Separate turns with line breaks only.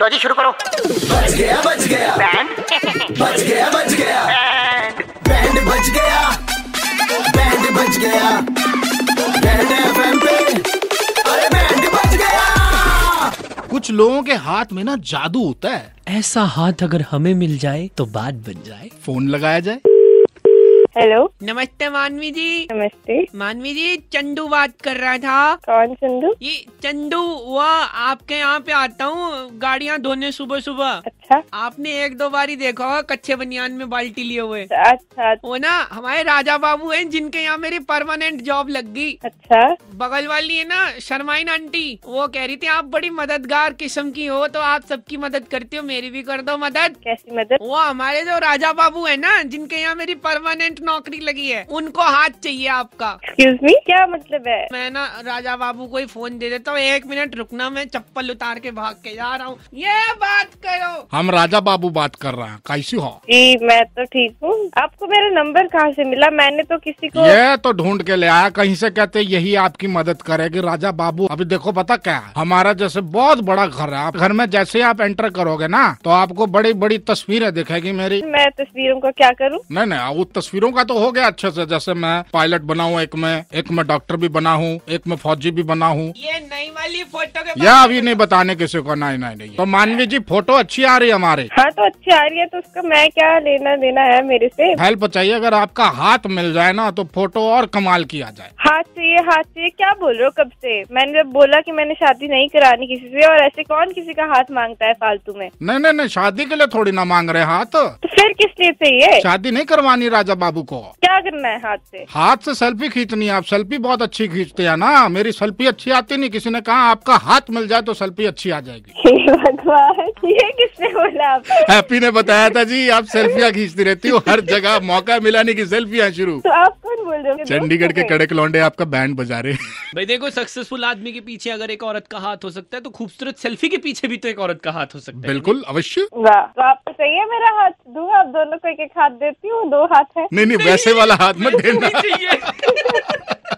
लो जी शुरू करो
बच गया बच गया
बैंड
बच गया बच गया बैंड बच गया बैंड बच गया बैंड एफएम पे अरे बैंड बच गया
कुछ लोगों के हाथ में ना जादू होता है
ऐसा हाथ अगर हमें मिल जाए तो बात बन जाए
फोन लगाया जाए
हेलो
नमस्ते मानवी जी
नमस्ते
मानवी जी चंदू बात कर रहा था
कौन चंदू
ये चंदू वह आपके यहाँ पे आता हूँ गाड़ियाँ धोने सुबह सुबह
अच्छा
आपने एक दो बार ही देखा होगा कच्चे बनियान में बाल्टी लिए हुए
अच्छा
वो ना हमारे राजा बाबू हैं जिनके यहाँ मेरी परमानेंट जॉब लग गई
अच्छा
बगल वाली है ना शर्माइन आंटी वो कह रही थी आप बड़ी मददगार किस्म की हो तो आप सबकी मदद करती हो मेरी भी कर दो मदद
कैसी मदद
वो हमारे जो राजा बाबू है ना जिनके यहाँ मेरी परमानेंट नौकरी लगी है उनको हाथ चाहिए आपका
एक्सक्यूज मी क्या मतलब है
मैं ना राजा बाबू को ही फोन दे देता हूँ एक मिनट रुकना मैं चप्पल उतार के भाग के जा रहा हूँ ये बात करो
हम राजा बाबू बात कर रहे हैं कैसी हो
जी मैं तो ठीक हूँ आपको मेरा नंबर कहाँ से मिला मैंने तो किसी को
ये तो ढूंढ के ले आया कहीं से कहते यही आपकी मदद करेगी राजा बाबू अभी देखो पता क्या है हमारा जैसे बहुत बड़ा घर है आप घर में जैसे ही आप एंटर करोगे ना तो आपको बड़ी बड़ी तस्वीरें दिखेगी मेरी
मैं तस्वीरों का क्या करूँ
नहीं नहीं वो तस्वीरों का तो हो गया अच्छे से जैसे मैं पायलट बना हूँ एक में एक में डॉक्टर भी बना हूँ एक में फौजी भी बना हूँ
ये नई वाली फोटो के
यह अभी नहीं बताने किसी को नहीं नहीं नहीं तो मानवी जी फोटो अच्छी आ रही है हमारी
हाँ तो अच्छी आ रही है तो उसका मैं क्या लेना देना है मेरे से
हेल्प चाहिए अगर आपका हाथ मिल जाए ना तो फोटो और कमाल की आ जाए
हाथ चाहिए हाथ चाहिए क्या बोल रहे हो कब से मैंने जब बोला कि मैंने शादी नहीं करानी किसी से और ऐसे कौन किसी का हाथ मांगता है फालतू में
नहीं नहीं नहीं शादी के लिए थोड़ी ना मांग रहे हाथ
तो फिर किस लिए चाहिए
शादी नहीं करवानी राजा बाबू को
क्या करना है हाथ से
हाथ से सेल्फी खींचनी है आप सेल्फी बहुत अच्छी खींचते हैं ना मेरी सेल्फी अच्छी आती नहीं किसी ने कहा आपका हाथ मिल जाए तो सेल्फी अच्छी आ जाएगी
हे भगवान ये किसने बोला आप
हैप्पी ने बताया था जी आप सेल्फियां खींचती रहती हो हर जगह मौका मिला नहीं की सेल्फियां शुरू
तो आप कौन बोल रहे हो तो
चंडीगढ़ के कड़क लौंडे आपका बैंड बजा रहे हैं।
भाई देखो सक्सेसफुल आदमी के पीछे अगर एक औरत का हाथ हो सकता है तो खूबसूरत सेल्फी के पीछे भी तो एक औरत का हाथ हो सकता है
बिल्कुल अवश्य
वाह तो आपको चाहिए मेरा हाथ दूंगा आप दोनों को एक एक हाथ देती हूँ दो हाथ है
नहीं नहीं वैसे वाला हाथ मत देना